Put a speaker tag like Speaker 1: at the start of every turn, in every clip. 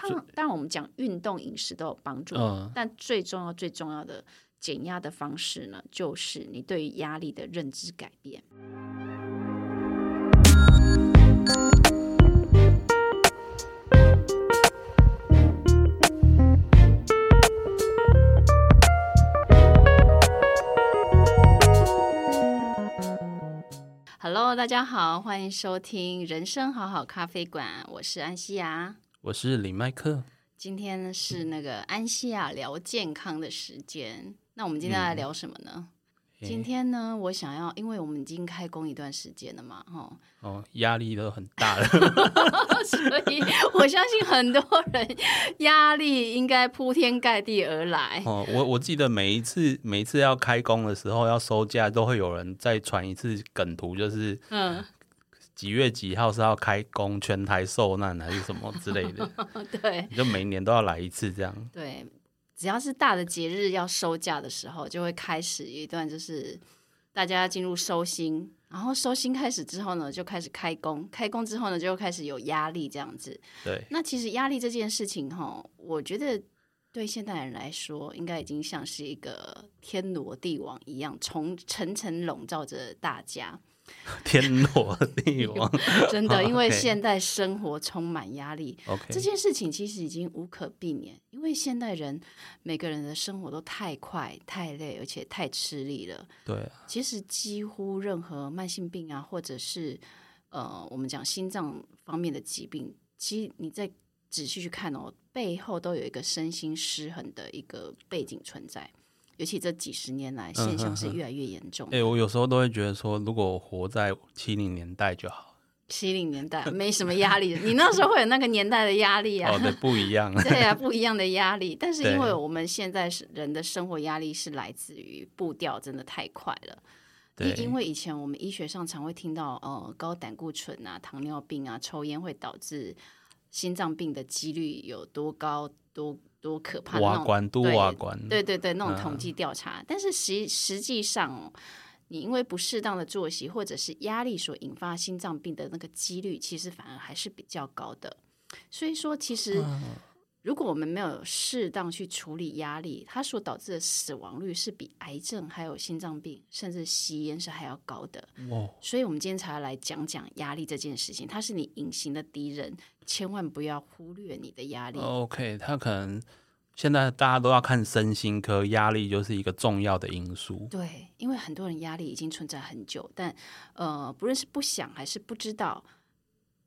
Speaker 1: 当当然我们讲运动饮食都有帮助，
Speaker 2: 嗯
Speaker 1: 但最重要最重要的减压的方式呢，就是你对于压力的认知改变。Hello，大家好，欢迎收听《人生好好咖啡馆》，我是安西亚。
Speaker 2: 我是李麦克，
Speaker 1: 今天是那个安西亚聊健康的时间，那我们今天要来聊什么呢？
Speaker 2: 嗯诶
Speaker 1: 今天呢，我想要，因为我们已经开工一段时间了嘛，哈，
Speaker 2: 哦，压力都很大了，
Speaker 1: 所以我相信很多人压力应该铺天盖地而来。
Speaker 2: 哦，我我记得每一次每一次要开工的时候要收假，都会有人再传一次梗图，就是
Speaker 1: 嗯，
Speaker 2: 几月几号是要开工，全台受难还是什么之类的，
Speaker 1: 对
Speaker 2: 就每年都要来一次这样。
Speaker 1: 对，只要是大的节日要收假的时候，就会开始一段就是大家要进入收心，然后收心开始之后呢，就开始开工，开工之后呢，就开始有压力这样子。
Speaker 2: 对，
Speaker 1: 那其实压力这件事情，哈，我觉得对现代人来说，应该已经像是一个天罗地网一样，从层层笼罩着大家。
Speaker 2: 天罗 地网。
Speaker 1: 真 的，因为
Speaker 2: OK
Speaker 1: 现代生活充满压力，
Speaker 2: OK，
Speaker 1: 这件事情其实已经无可避免。因为现代人每个人的生活都太快、太累，而且太吃力了。
Speaker 2: 对啊，
Speaker 1: 其实几乎任何慢性病啊，或者是呃，我们讲心脏方面的疾病，其实你再仔细去看哦，背后都有一个身心失衡的一个背景存在。尤其这几十年来，现象是越来越严重。
Speaker 2: 嗯哎、我有时候都会觉得说，如果我活在七零年代就好。
Speaker 1: 七零年 代没什么压力，你那时候会有那个年代的压力啊。
Speaker 2: 哦，对，不一 样。
Speaker 1: 对呀、不一样的压力。但是
Speaker 2: 对
Speaker 1: 因为我们现在是人的生活压力是来自于步调真的太快了。
Speaker 2: 对
Speaker 1: 因因为以前我们医学上常会听到，呃，高胆固醇啊、糖尿病啊、抽烟会导致心脏病的几率有多高、多多可怕的那
Speaker 2: 瓦
Speaker 1: 种
Speaker 2: 管都
Speaker 1: 对
Speaker 2: 瓦管，
Speaker 1: 对对对，那种统计调查。但是实实际上、哦，你因为不适当的作息或者是压力所引发心脏病的那个几率，其实反而还是比较高的。所以说，其实如果我们没有适当去处理压力，它所导致的死亡率是比癌症、还有心脏病，甚至吸烟是还要高的。
Speaker 2: 哇，
Speaker 1: 所以，我们今天才要来讲讲压力这件事情，它是你隐形的敌人，千万不要忽略你的压力。
Speaker 2: OK，他可能现在大家都要看身心科，压力就是一个重要的因素。
Speaker 1: 对，因为很多人压力已经存在很久，但呃，不论是不想还是不知道，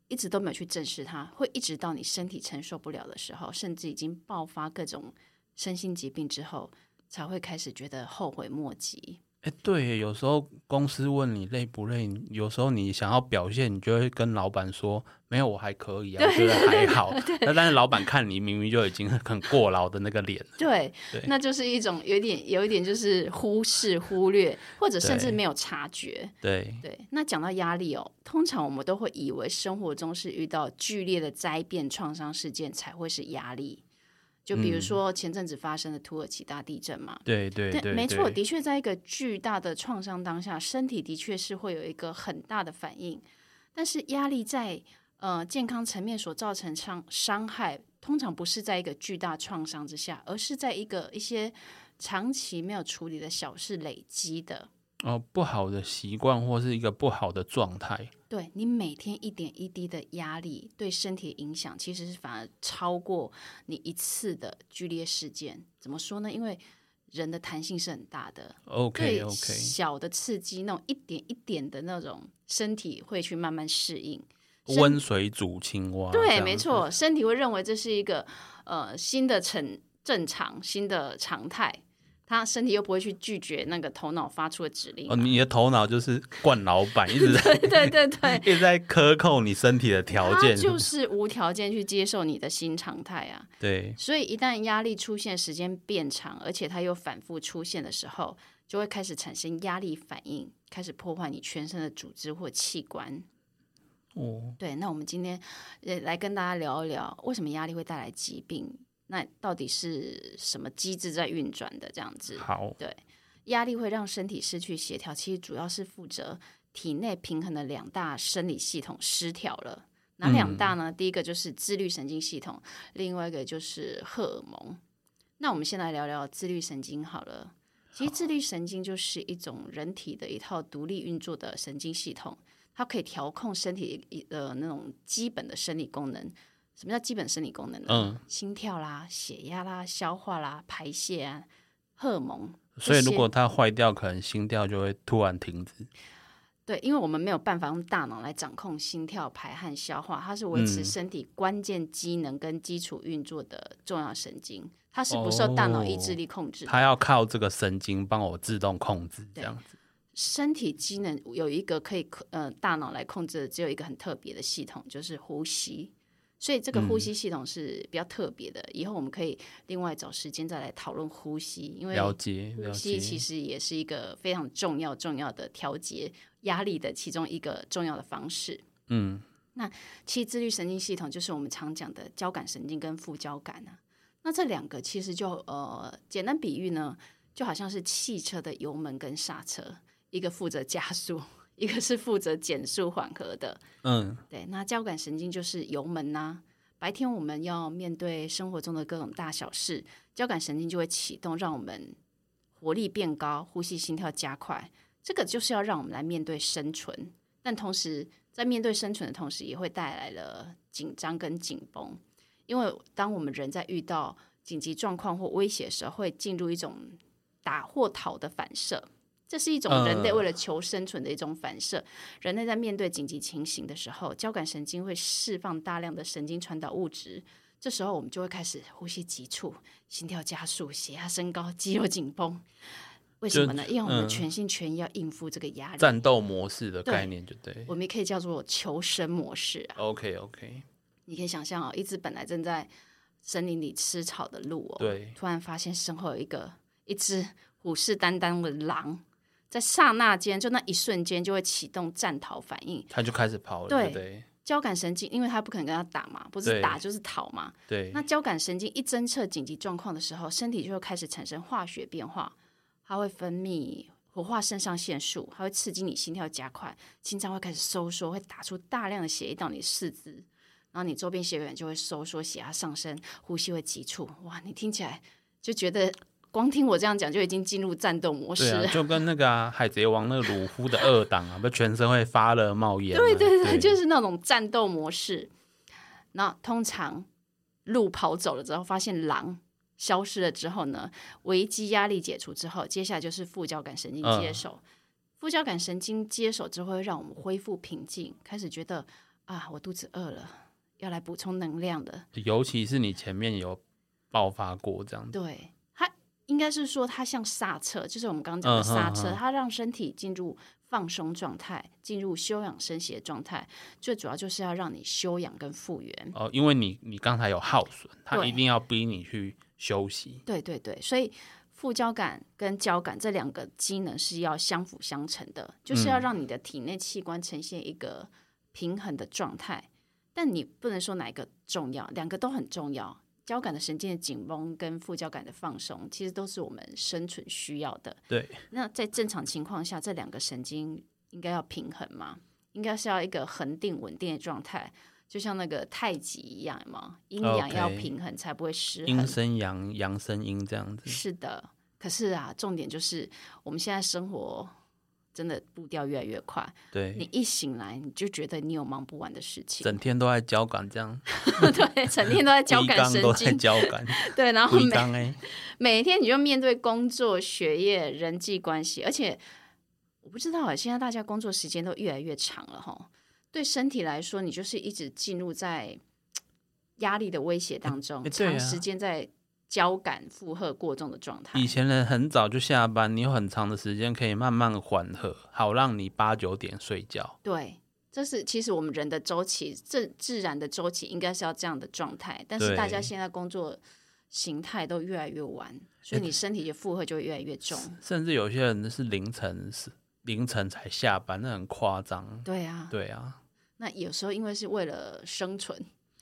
Speaker 1: 一直都没有去正视它，会一直到你身体承受不了的时候，甚至已经爆发各种身心疾病之后，才会开始觉得后悔莫及。
Speaker 2: 哎、对耶，有时候公司问你累不累，有时候你想要表现，你就会跟老板说没有，我还可以啊，我 觉得还好。那但是老板看你明明就已经很过劳的那个脸，
Speaker 1: 对，
Speaker 2: 对
Speaker 1: 那就是一种有点有一点就是忽视、忽略，或者甚至
Speaker 2: 对
Speaker 1: 没有察觉。
Speaker 2: 对
Speaker 1: 对，那讲到压力哦，通常我们都会以为生活中是遇到剧烈的灾变、创伤事件才会是压力。就比如说前阵子发生的土耳其大地震嘛，
Speaker 2: 对嗯对对，
Speaker 1: 没错，
Speaker 2: 对
Speaker 1: 的确在一个巨大的创伤当下，身体的确是会有一个很大的反应。但是压力在呃健康层面所造成伤伤害，通常不是在一个巨大创伤之下，而是在一个一些长期没有处理的小事累积的。
Speaker 2: 哦，不好的习惯或是一个不好的状态。
Speaker 1: 对你每天一点一滴的压力对身体的影响，其实是反而超过你一次的剧烈事件。怎么说呢？因为人的弹性是很大的，
Speaker 2: OK
Speaker 1: 对
Speaker 2: OK，
Speaker 1: 小的刺激，那种一点一点的那种，身体会去慢慢适应。身
Speaker 2: 温水煮青蛙，哦这
Speaker 1: 对，
Speaker 2: 样
Speaker 1: 没
Speaker 2: 子。
Speaker 1: 错，身体会认为这是一个呃新的成正常、新的常态，他身体又不会去拒绝那个头脑发出的指令
Speaker 2: 哦，
Speaker 1: 嘛。
Speaker 2: 你的头脑就是惯老板，一直在
Speaker 1: 对对对，
Speaker 2: 一直在克扣你身体的条件，
Speaker 1: 他就是无条件去接受你的新常态啊。
Speaker 2: 对
Speaker 1: 所以一旦压力出现时间变长，而且它又反复出现的时候，就会开始产生压力反应，开始破坏你全身的组织或器官。
Speaker 2: 哦，
Speaker 1: 对，那我们今天呃来跟大家聊一聊，为什么压力会带来疾病？那到底是什么机制在运转的？这样子，
Speaker 2: 好，
Speaker 1: 压力会让身体失去协调，其实主要是负责体内平衡的两大生理系统失调了。哪两大呢？第一个就是自律神经系统，另外一个就是荷尔蒙。那我们先来聊聊自律神经好了。其实自律神经就是一种人体的一套独立运作的神经系统，它可以调控身体一呃那种基本的生理功能。什么叫基本生理功能呢？
Speaker 2: 嗯，
Speaker 1: 心跳啦、血压啦、消化啦、排泄啊、荷尔蒙。
Speaker 2: 所以
Speaker 1: 这
Speaker 2: 如
Speaker 1: 些
Speaker 2: 果它坏掉，可能心跳就会突然停止。
Speaker 1: 对，因为我们没有办法用大脑来掌控心跳、排汗、消化，它是维持
Speaker 2: 嗯
Speaker 1: 身体关键机能跟基础运作的重要神经，它是不受大脑意志力控制的。
Speaker 2: 哦它要靠这个神经帮我自动控制，这样子。
Speaker 1: 身体机能有一个可以控呃大脑来控制的，只有一个很特别的系统，就是呼吸。所以这个呼
Speaker 2: 嗯
Speaker 1: 吸系统是比较特别的，以后我们可以另外找时间再来讨论呼吸，因为
Speaker 2: 了解，了
Speaker 1: 呼吸其
Speaker 2: 解。
Speaker 1: 实也是一个非常重要重要的调节压力的其中一个重要的方式。
Speaker 2: 嗯，
Speaker 1: 其实自律神经系统就是我们常讲的交感神经跟副交感啊。那这两个其实就呃，简单比喻呢，就好像是汽车的油门跟刹车，一个负责加速，一个是负责减速缓和的。
Speaker 2: 嗯，
Speaker 1: 对，那交感神经就是油门呐、白天我们要面对生活中的各种大小事，交感神经就会启动，让我们活力变高，呼吸心跳加快。这个就是要让我们来面对生存，但同时在面对生存的同时，也会带来了紧张跟紧绷。因为当我们人在遇到紧急状况或威胁的时候，会进入一种打或逃的反射，这是一种人类
Speaker 2: 呃
Speaker 1: 为了求生存的一种反射。人类在面对紧急情形的时候，交感神经会释放大量的神经传导物质，这时候我们就会开始呼吸急促、心跳加速、血压升高、肌肉紧绷。为什
Speaker 2: 就
Speaker 1: 么呢？因为我们
Speaker 2: 嗯
Speaker 1: 全心全意要应付这个压力，
Speaker 2: 战斗模式的概念就对。
Speaker 1: 我们也可以叫做求生模式啊。
Speaker 2: OK OK，
Speaker 1: 你可以想象哦，一只本来正在森林里吃草的鹿哦，
Speaker 2: 对，
Speaker 1: 突然发现身后有一个一只虎视眈眈的狼，在刹那间，就那一瞬间就会启动战逃反应。
Speaker 2: 他就开始跑了，
Speaker 1: 对
Speaker 2: 对不对？
Speaker 1: 交感神经，因为它不可能跟它打嘛，不是
Speaker 2: 对
Speaker 1: 打就是逃嘛，
Speaker 2: 对
Speaker 1: 那，交感神经一侦测紧急状况的时候，身体就会开始产生化学变化，它会分泌活化肾上腺素，它会刺激你心跳加快，心脏会开始收缩，会打出大量的血液到你的四肢，然后你周边血管就会收缩，血压上升，呼吸会急促。哇，你听起来就觉得光听我这样讲就已经进入战斗模
Speaker 2: 对
Speaker 1: 式了
Speaker 2: 啊，。就跟那个啊《海贼王》那个鲁夫的二档啊，不全身会发热冒烟吗。对
Speaker 1: 对对，就是那种战斗模式。那通常鹿跑走了之后，发现狼消失了之后呢，危机压力解除之后，接下来就是副交感神经接
Speaker 2: 嗯
Speaker 1: 手。副交感神经接手之后，会让我们恢复平静，开始觉得啊，我肚子饿了，要来补充能量了。
Speaker 2: 尤其是你前面有爆发过这样子。
Speaker 1: 对，它应该是说它像刹车，就是我们刚刚讲的
Speaker 2: 嗯哼
Speaker 1: 刹车，
Speaker 2: 哼
Speaker 1: 它让身体进入放松状态，进入休养生息的状态，最主要就是要让你休养跟复原。
Speaker 2: 哦，因为你你刚才有耗损，他
Speaker 1: 对
Speaker 2: 一定要逼你去休息。
Speaker 1: 对对对，所以副交感跟交感这两个机能是要相辅相成的，就是
Speaker 2: 嗯
Speaker 1: 要让你的体内器官呈现一个平衡的状态。但你不能说哪一个重要，两个都很重要。交感的神经的紧绷跟副交感的放松，其实都是我们生存需要的。
Speaker 2: 对，
Speaker 1: 那在正常情况下，这两个神经应该要平衡嘛？应该是要一个恒定稳定的状态，就像那个太极一样嘛，阴阳
Speaker 2: OK
Speaker 1: 要平衡才不会失衡。
Speaker 2: 阴生阳，阳生阴这样子。
Speaker 1: 是的，可是啊，重点就是我们现在生活真的步调越来越快，
Speaker 2: 对，
Speaker 1: 你一醒来你就觉得你有忙不完的事情，
Speaker 2: 整天都在交感这样，
Speaker 1: 对，整天都在交
Speaker 2: 一
Speaker 1: 感
Speaker 2: 缸
Speaker 1: 神
Speaker 2: 都在
Speaker 1: 经，
Speaker 2: 交感，
Speaker 1: 对，然后
Speaker 2: 一
Speaker 1: 每
Speaker 2: 缸哎，
Speaker 1: 每天你就面对工作、学业、人际关系，而且我不知道啊，现在大家工作时间都越来越长了哈。对身体来说，你就是一直进入在压力的威胁当中，
Speaker 2: 哎对啊
Speaker 1: 长时间在交感负荷过重的状态。
Speaker 2: 以前人很早就下班，你有很长的时间可以慢慢缓和，好让你八九点睡觉。
Speaker 1: 对，这是其实我们人的周期，自自然的周期应该是要这样的状态，但是大家
Speaker 2: 对
Speaker 1: 现在工作形态都越来越晚，所以你身体的负荷就会越来越重。
Speaker 2: 甚至有些人是凌晨是凌晨才下班，那很夸张。
Speaker 1: 对啊，
Speaker 2: 对啊，
Speaker 1: 那有时候因为是为了生存，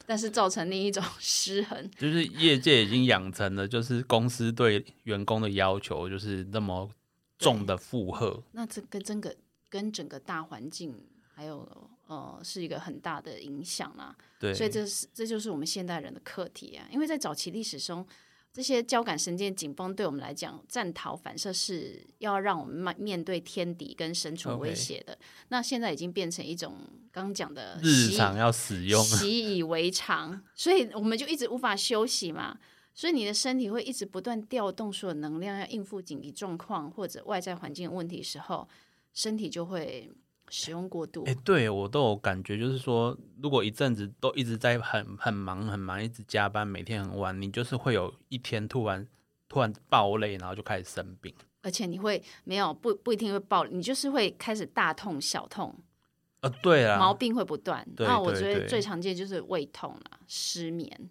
Speaker 1: 但是造成另一种 失衡。
Speaker 2: 就是业界已经养成了，就是公司对员工的要求就是那么重的负荷。
Speaker 1: 那这跟整个跟整个大环境还有呃是一个很大的影响啦、
Speaker 2: 对，
Speaker 1: 所以这是这就是我们现代人的课题啊，因为在早期历史中，这些交感神经紧绷对我们来讲，战逃反射是要让我们面面对天敌跟生存威
Speaker 2: OK
Speaker 1: 胁的。那现在已经变成一种刚刚讲的
Speaker 2: 日
Speaker 1: 习
Speaker 2: 常要使用，
Speaker 1: 习以为常，所以我们就一直无法休息嘛。所以你的身体会一直不断调动所有能量，要应付紧急状况或者外在环境的问题时候，身体就会使用过度。
Speaker 2: 哎、对我都有感觉，就是说，如果一阵子都一直在很很忙很忙，一直加班，每天很晚，你就是会有一天突然突然爆累，然后就开始生病。
Speaker 1: 而且你会没有不不一定会爆，你就是会开始大痛小痛，
Speaker 2: 呃，对啊，
Speaker 1: 毛病会不断。
Speaker 2: 对
Speaker 1: 那我
Speaker 2: 对
Speaker 1: 觉得
Speaker 2: 对
Speaker 1: 最常见就是胃痛啦、失眠。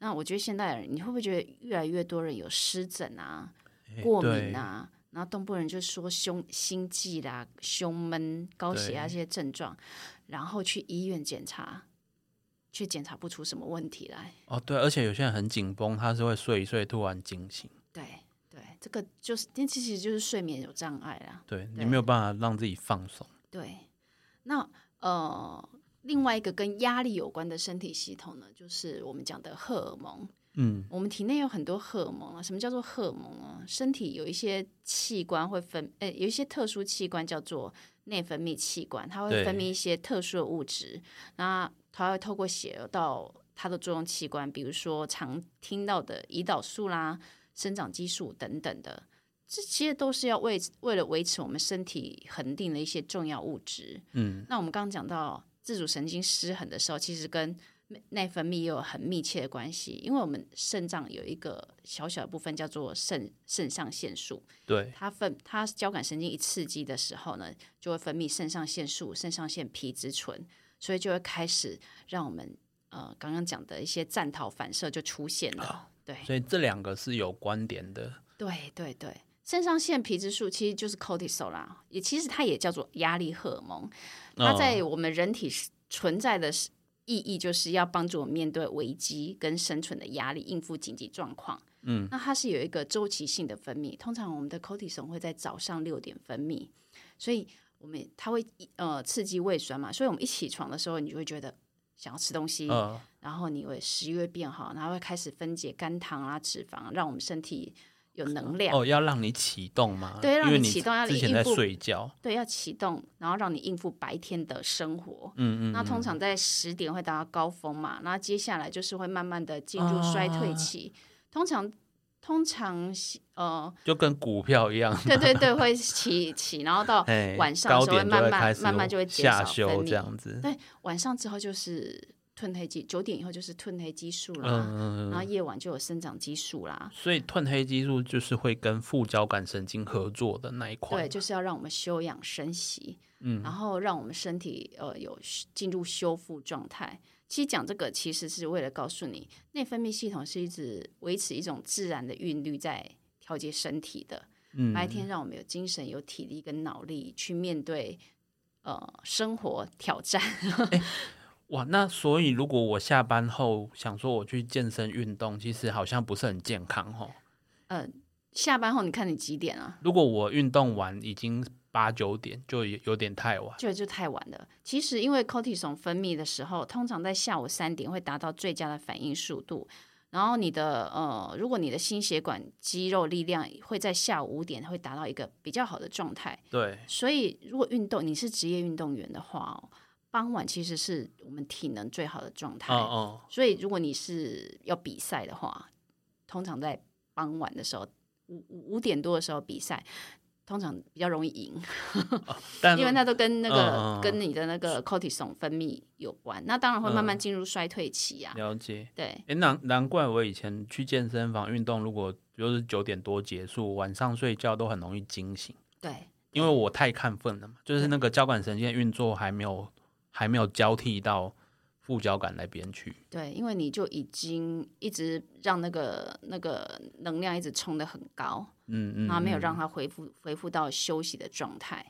Speaker 1: 那我觉得现代人，你会不会觉得越来越多人有湿疹啊、
Speaker 2: 哎
Speaker 1: 过
Speaker 2: 对
Speaker 1: 敏啊，然后动不人就说胸心悸啦、胸闷、高血压
Speaker 2: 对
Speaker 1: 这些症状，然后去医院检查，却检查不出什么问题来。
Speaker 2: 哦，对，而且有些人很紧绷，他是会睡一睡突然惊醒。
Speaker 1: 对对，这个就是，那其实就是睡眠有障碍啦。
Speaker 2: 对你
Speaker 1: 对
Speaker 2: 没有办法让自己放松。
Speaker 1: 对，那呃，另外一个跟压力有关的身体系统呢，就是我们讲的荷尔蒙。
Speaker 2: 嗯，
Speaker 1: 我们体内有很多荷尔蒙啊，什么叫做荷尔蒙啊？身体有一些器官会分，呃，有一些特殊器官叫做内分泌器官，它会
Speaker 2: 对
Speaker 1: 分泌一些特殊的物质，那它会透过血流到它的作用器官，比如说常听到的胰岛素啦、生长激素等等的，这些都是要为为了维持我们身体恒定的一些重要物质。
Speaker 2: 嗯，
Speaker 1: 那我们刚刚讲到自主神经失衡的时候，其实跟内内分泌也有很密切的关系，因为我们肾脏有一个小小的部分叫做肾肾上腺素，
Speaker 2: 对，
Speaker 1: 它分它交感神经一刺激的时候呢，就会分泌肾上腺素、肾上腺皮质醇，所以就会开始让我们呃刚刚讲的一些战逃反射就出现了，对
Speaker 2: 所以这两个是有关联的。
Speaker 1: 对对对，肾上腺皮质素其实就是 cortisol 啦，也其实它也叫做压力荷尔蒙，它在我们人体是存在的是意义就是要帮助我们面对危机跟生存的压力，应付紧急状况。嗯，那它是有一个周期性的分泌，通常我们的 cortisol 会在早上六点分泌，所以我们它会呃刺激胃酸嘛，所以我们一起床的时候，你就会觉得想要吃东西，
Speaker 2: 呃，
Speaker 1: 然后你会食欲会变好，然后会开始分解肝糖啊、脂肪，让我们身体有能量。
Speaker 2: 哦，要让你启动嘛，
Speaker 1: 对让
Speaker 2: 因为
Speaker 1: 你
Speaker 2: 你
Speaker 1: 启动要
Speaker 2: 之前
Speaker 1: 应
Speaker 2: 在
Speaker 1: 付
Speaker 2: 睡觉，
Speaker 1: 对，要启动，然后让你应付白天的生活。
Speaker 2: 嗯嗯，
Speaker 1: 那通
Speaker 2: 嗯
Speaker 1: 常在十点会达到高峰嘛，那接下来就是会慢慢的进入衰退
Speaker 2: 啊
Speaker 1: 期。通常，通常呃，
Speaker 2: 就跟股票一样，
Speaker 1: 对对对，会起起，然后到
Speaker 2: 哎，
Speaker 1: 晚上的
Speaker 2: 高
Speaker 1: 时候会
Speaker 2: 点就
Speaker 1: 慢
Speaker 2: 会
Speaker 1: 慢
Speaker 2: 开始
Speaker 1: 慢慢就会减
Speaker 2: 下
Speaker 1: 少分
Speaker 2: 修
Speaker 1: 泌
Speaker 2: 这样子，
Speaker 1: 对，晚上之后就是褪黑激，九点以后就是褪黑激素啦，
Speaker 2: 嗯，嗯
Speaker 1: 然后
Speaker 2: 嗯
Speaker 1: 夜晚就有生长激素啦。
Speaker 2: 所以褪黑激素就是会跟副交感神经合作的那一块，
Speaker 1: 对，就是要让我们休养生息，
Speaker 2: 嗯
Speaker 1: 然后让我们身体呃有休进入修复状态。其实讲这个其实是为了告诉你，内分泌系统是一直维持一种自然的韵律在调节身体的。
Speaker 2: 嗯
Speaker 1: 白天让我们有精神、有体力跟脑力去面对呃生活挑战。
Speaker 2: 哇，那所以如果我下班后想说我去健身运动，其实好像不是很健康哦。
Speaker 1: 下班后你看你几点啊？
Speaker 2: 如果我运动完已经八九点，就有有点太晚。
Speaker 1: 就就太晚了。其实因为 cortisol 分泌的时候，通常在下午三点会达到最佳的反应速度。然后你的呃，如果你的心血管肌肉力量会在下午五点会达到一个比较好的状态，
Speaker 2: 对，
Speaker 1: 所以如果运动你是职业运动员的话哦，傍晚其实是我们体能最好的状态。
Speaker 2: 嗯嗯，
Speaker 1: 所以如果你是要比赛的话，通常在傍晚的时候，五五五点多的时候比赛，通常比较容易赢。
Speaker 2: 但
Speaker 1: 因为它都跟那
Speaker 2: 嗯嗯
Speaker 1: 个、
Speaker 2: 嗯
Speaker 1: 跟你的那个 cortisol 分泌有关，那当然会慢慢
Speaker 2: 嗯
Speaker 1: 进入衰退期啊。
Speaker 2: 了解。
Speaker 1: 对，
Speaker 2: 哎，难难怪我以前去健身房运动，如果就是九点多结束，晚上睡觉都很容易惊醒，
Speaker 1: 对，
Speaker 2: 因为我太亢奋了嘛，就是那个交感神经的运作还没有还没有交替到副交感那边去。
Speaker 1: 对，因为你就已经一直让那个那个能量一直冲得很高，
Speaker 2: 嗯嗯，
Speaker 1: 然啊后没有
Speaker 2: 嗯
Speaker 1: 让它恢复恢复到休息的状态。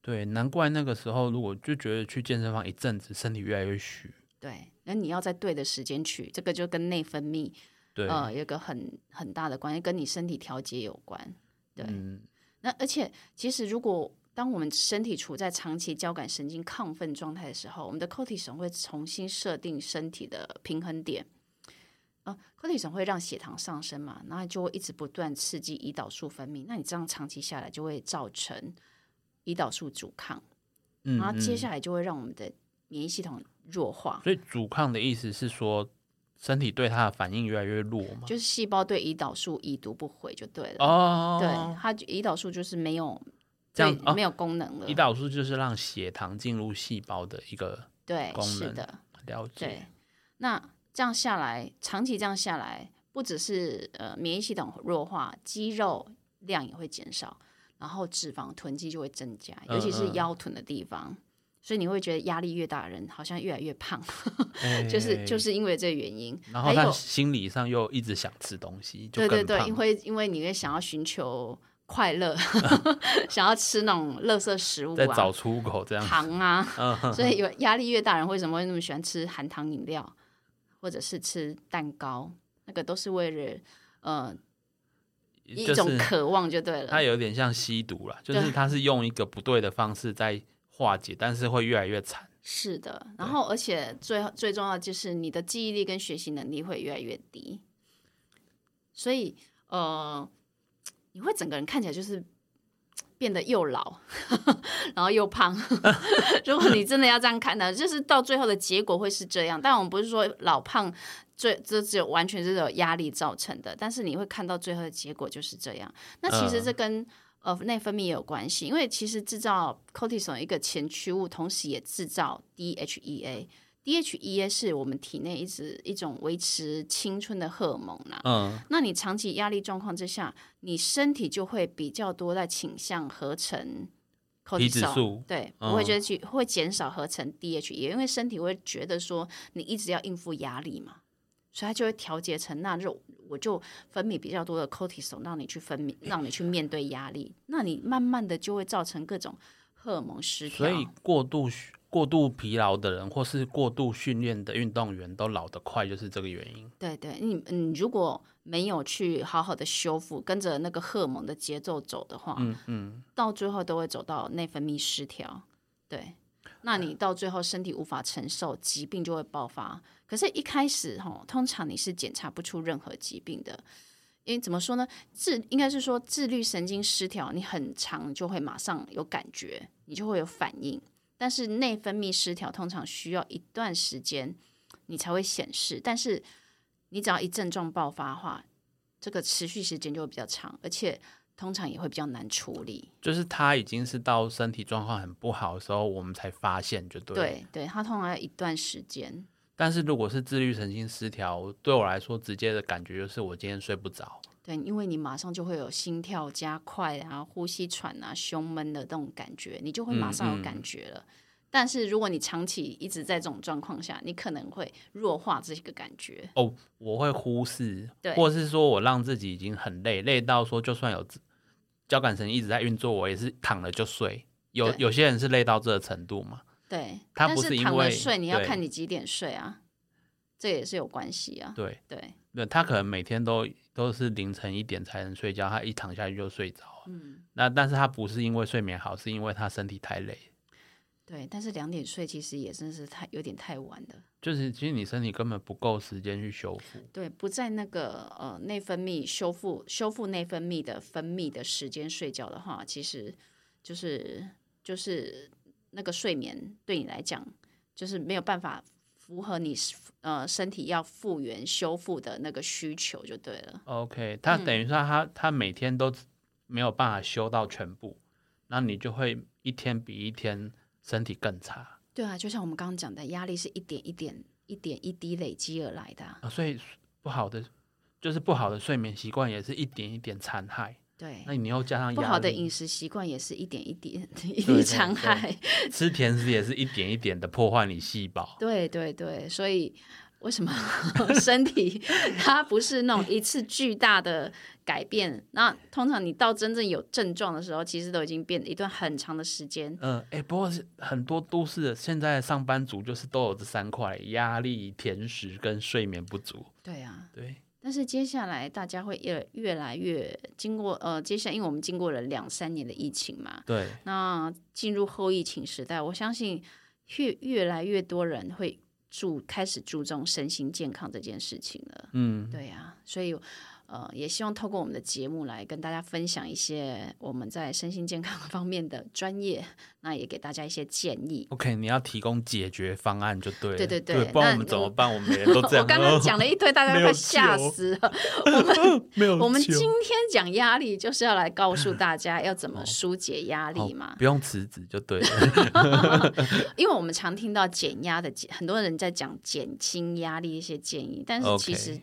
Speaker 2: 对，难怪那个时候，如果就觉得去健身房一阵子，身体越来越虚。
Speaker 1: 对，那你要在对的时间去，这个就跟内分泌
Speaker 2: 对，
Speaker 1: 呃有一个很很大的关系，跟你身体调节有关。对，
Speaker 2: 嗯，
Speaker 1: 那而且其实如果当我们身体处在长期交感神经亢奋状态的时候，我们的 cortisol 会重新设定身体的平衡点。呃，cortisol 会让血糖上升嘛，那就会一直不断刺激胰岛素分泌。那你这样长期下来，就会造成胰岛素阻抗，
Speaker 2: 嗯，
Speaker 1: 然后接下
Speaker 2: 来，
Speaker 1: 来就会让我们的免疫系统弱化，
Speaker 2: 所以阻抗的意思是说，身体对它的反应越来越弱嘛？
Speaker 1: 就是细胞对胰岛素已读不回就对了。
Speaker 2: 哦，
Speaker 1: 对，它就胰岛素就是没有
Speaker 2: 这样
Speaker 1: 对
Speaker 2: 哦
Speaker 1: 没有功能了。
Speaker 2: 胰岛素就是让血糖进入细胞的一个
Speaker 1: 对，
Speaker 2: 功
Speaker 1: 是
Speaker 2: 能
Speaker 1: 的，对
Speaker 2: 了解。。
Speaker 1: 那这样下来，长期这样下来，不只是呃免疫系统弱化，肌肉量也会减少，然后脂肪囤积就会增加，尤其是
Speaker 2: 嗯嗯
Speaker 1: 腰臀的地方。所以你会觉得压力越大的人好像越来越 胖，
Speaker 2: 哎
Speaker 1: 就是就，是因为这个原因。
Speaker 2: 然后
Speaker 1: 还
Speaker 2: 他
Speaker 1: 有
Speaker 2: 心理上又一直想吃东西，就
Speaker 1: 对对
Speaker 2: 更
Speaker 1: 对，
Speaker 2: 胖
Speaker 1: 因为因为你会想要寻求快 乐，想要吃那种垃圾食物
Speaker 2: 在
Speaker 1: 啊
Speaker 2: 找、出口这样。嗯
Speaker 1: 糖啊， 所以有压力越大，人为什么会那么喜欢吃含糖饮料，或者是吃蛋糕？那个都是为了呃一
Speaker 2: 就
Speaker 1: 种
Speaker 2: 是
Speaker 1: 渴望就对
Speaker 2: 它
Speaker 1: 了。
Speaker 2: 有点像吸毒啦，就
Speaker 1: 对
Speaker 2: 是它是用一个不对的方式在化解，但是会越来越惨。
Speaker 1: 是的，然后而且最最重要的就是你的记忆力跟学习能力会越来越低，所以呃，你会整个人看起来就是变得又老， 然后又胖。 如果你真的要这样看呢，就是到最后的结果会是这样。但我们不是说老胖最这只有完全是有压力造成的，但是你会看到最后的结果就是这样。那其实这跟、呃内分泌也有关系，因为其实制造 cortisol 一个前驱物，同时也制造 E DHEA。DHEA E 是我们体内一直一种维持青春的荷尔蒙啊啦、
Speaker 2: 嗯，
Speaker 1: 那你长期压力状况之下，你身体就会比较多在倾向合成 cortisol,
Speaker 2: 皮质素
Speaker 1: 对，
Speaker 2: 嗯
Speaker 1: 我会觉得去会减少合成 DHE，因为身体会觉得说你一直要应付压力嘛，所以它就会调节成那就我就分泌比较多的 cortisol，让你去分泌，让你去面对压力，那你慢慢的就会造成各种荷尔蒙失调。
Speaker 2: 所以过度训过度疲劳的人，或是过度训练的运动员，都老得快，就是这个原因。
Speaker 1: 对对，你你如果没有去好好的修复，跟着那个荷尔蒙的节奏走的话，
Speaker 2: 嗯嗯，
Speaker 1: 到最后都会走到内分泌失调。对，那你到最后身体无法承受，疾病就会爆发。可是，一开始哈，通常你是检查不出任何疾病的，因为怎么说呢？自应该是说自律神经失调，你很长就会马上有感觉，你就会有反应。但是内分泌失调通常需要一段时间，你才会显示。但是你只要一症状爆发的话，这个持续时间就会比较长，而且通常也会比较难处理。
Speaker 2: 就是他已经是到身体状况很不好的时候，我们才发现，就对。。
Speaker 1: 对对，它通常要一段时间。
Speaker 2: 但是如果是自律神经失调，对我来说直接的感觉就是我今天睡不着。
Speaker 1: 对，因为你马上就会有心跳加快啊、呼吸喘啊、胸闷的那种感觉，你就会
Speaker 2: 嗯
Speaker 1: 马上有感觉了。但是如果你长期一直在这种状况下，你可能会弱化这个感觉。
Speaker 2: 哦，我会忽视
Speaker 1: 对，
Speaker 2: 或是说我让自己已经很累，累到说就算有自交感神经一直在运作，我也是躺了就睡。有
Speaker 1: 对
Speaker 2: 有些人是累到这个程度嘛？
Speaker 1: 对，
Speaker 2: 它
Speaker 1: 但
Speaker 2: 不
Speaker 1: 是
Speaker 2: 是因
Speaker 1: 躺着
Speaker 2: 为
Speaker 1: 睡，你要
Speaker 2: 对
Speaker 1: 看你几点睡啊，这也是有关系啊。
Speaker 2: 对，
Speaker 1: 对，
Speaker 2: 对他可能每天都都是凌晨一点才能睡觉，他一躺下去就睡着。
Speaker 1: 嗯，
Speaker 2: 那但是他不是因为睡眠好，是因为他身体太累。
Speaker 1: 对。但是两点睡其实也真是太有点太晚了。
Speaker 2: 就是其实你身体根本不够时间去修复。
Speaker 1: 对，不在那个呃内分泌修复修复内分泌的分泌的时间睡觉的话，其实就是就是那个睡眠对你来讲就是没有办法符合你呃身体要复原修复的那个需求就对了。
Speaker 2: OK，他等
Speaker 1: 嗯
Speaker 2: 于说他、他每天都没有办法修到全部，那你就会一天比一天身体更差。
Speaker 1: 对啊，就像我们刚刚讲的，压力是一点一点一点一滴累积而来的啊、
Speaker 2: 啊，所以不好的就是不好的睡眠习惯也是一点一点残害。
Speaker 1: 对。
Speaker 2: 那你又加上
Speaker 1: 不
Speaker 2: 压
Speaker 1: 好的
Speaker 2: 力
Speaker 1: 饮食习惯也是一点一滴 一
Speaker 2: 对
Speaker 1: 滴
Speaker 2: 对
Speaker 1: 残
Speaker 2: 对
Speaker 1: 害，
Speaker 2: 吃甜食也是一点一点的破坏你细胞。
Speaker 1: 对对对，所以为什么 身体它不是那种一次巨大的改变？那通常你到真正有症状的时候，其实都已经变一段很长的时间。
Speaker 2: 嗯，哎、不过是很多都市的现在的上班族就是都有这三块：压力、甜食跟睡眠不足。
Speaker 1: 对啊，
Speaker 2: 对，
Speaker 1: 但是接下来大家会越越来越经过呃，接下来因为我们经过了两三年的疫情嘛，
Speaker 2: 对，
Speaker 1: 那进入后疫情时代，我相信越越来越多人会注开始注重身心健康这件事情了。
Speaker 2: 嗯，
Speaker 1: 对呀、所以呃，也希望透过我们的节目来跟大家分享一些我们在身心健康方面的专业，那也给大家一些建议。
Speaker 2: OK，你要提供解决方案就对了，
Speaker 1: 对对对
Speaker 2: 不然
Speaker 1: 那
Speaker 2: 我们怎么
Speaker 1: 我
Speaker 2: 办？我们每人都这样。
Speaker 1: 我刚刚
Speaker 2: 哦
Speaker 1: 讲了一堆，大家都
Speaker 2: 没有
Speaker 1: 快吓
Speaker 2: 救
Speaker 1: 死了。
Speaker 2: 没有
Speaker 1: 我们
Speaker 2: 救
Speaker 1: 今天讲压力，就是要来告诉大家要怎么疏解压
Speaker 2: 哦
Speaker 1: 力嘛。
Speaker 2: 不用辞职就对了。
Speaker 1: 因为我们常听到减压的减，很多人在讲减轻压力一些建议，但是
Speaker 2: OK
Speaker 1: 其实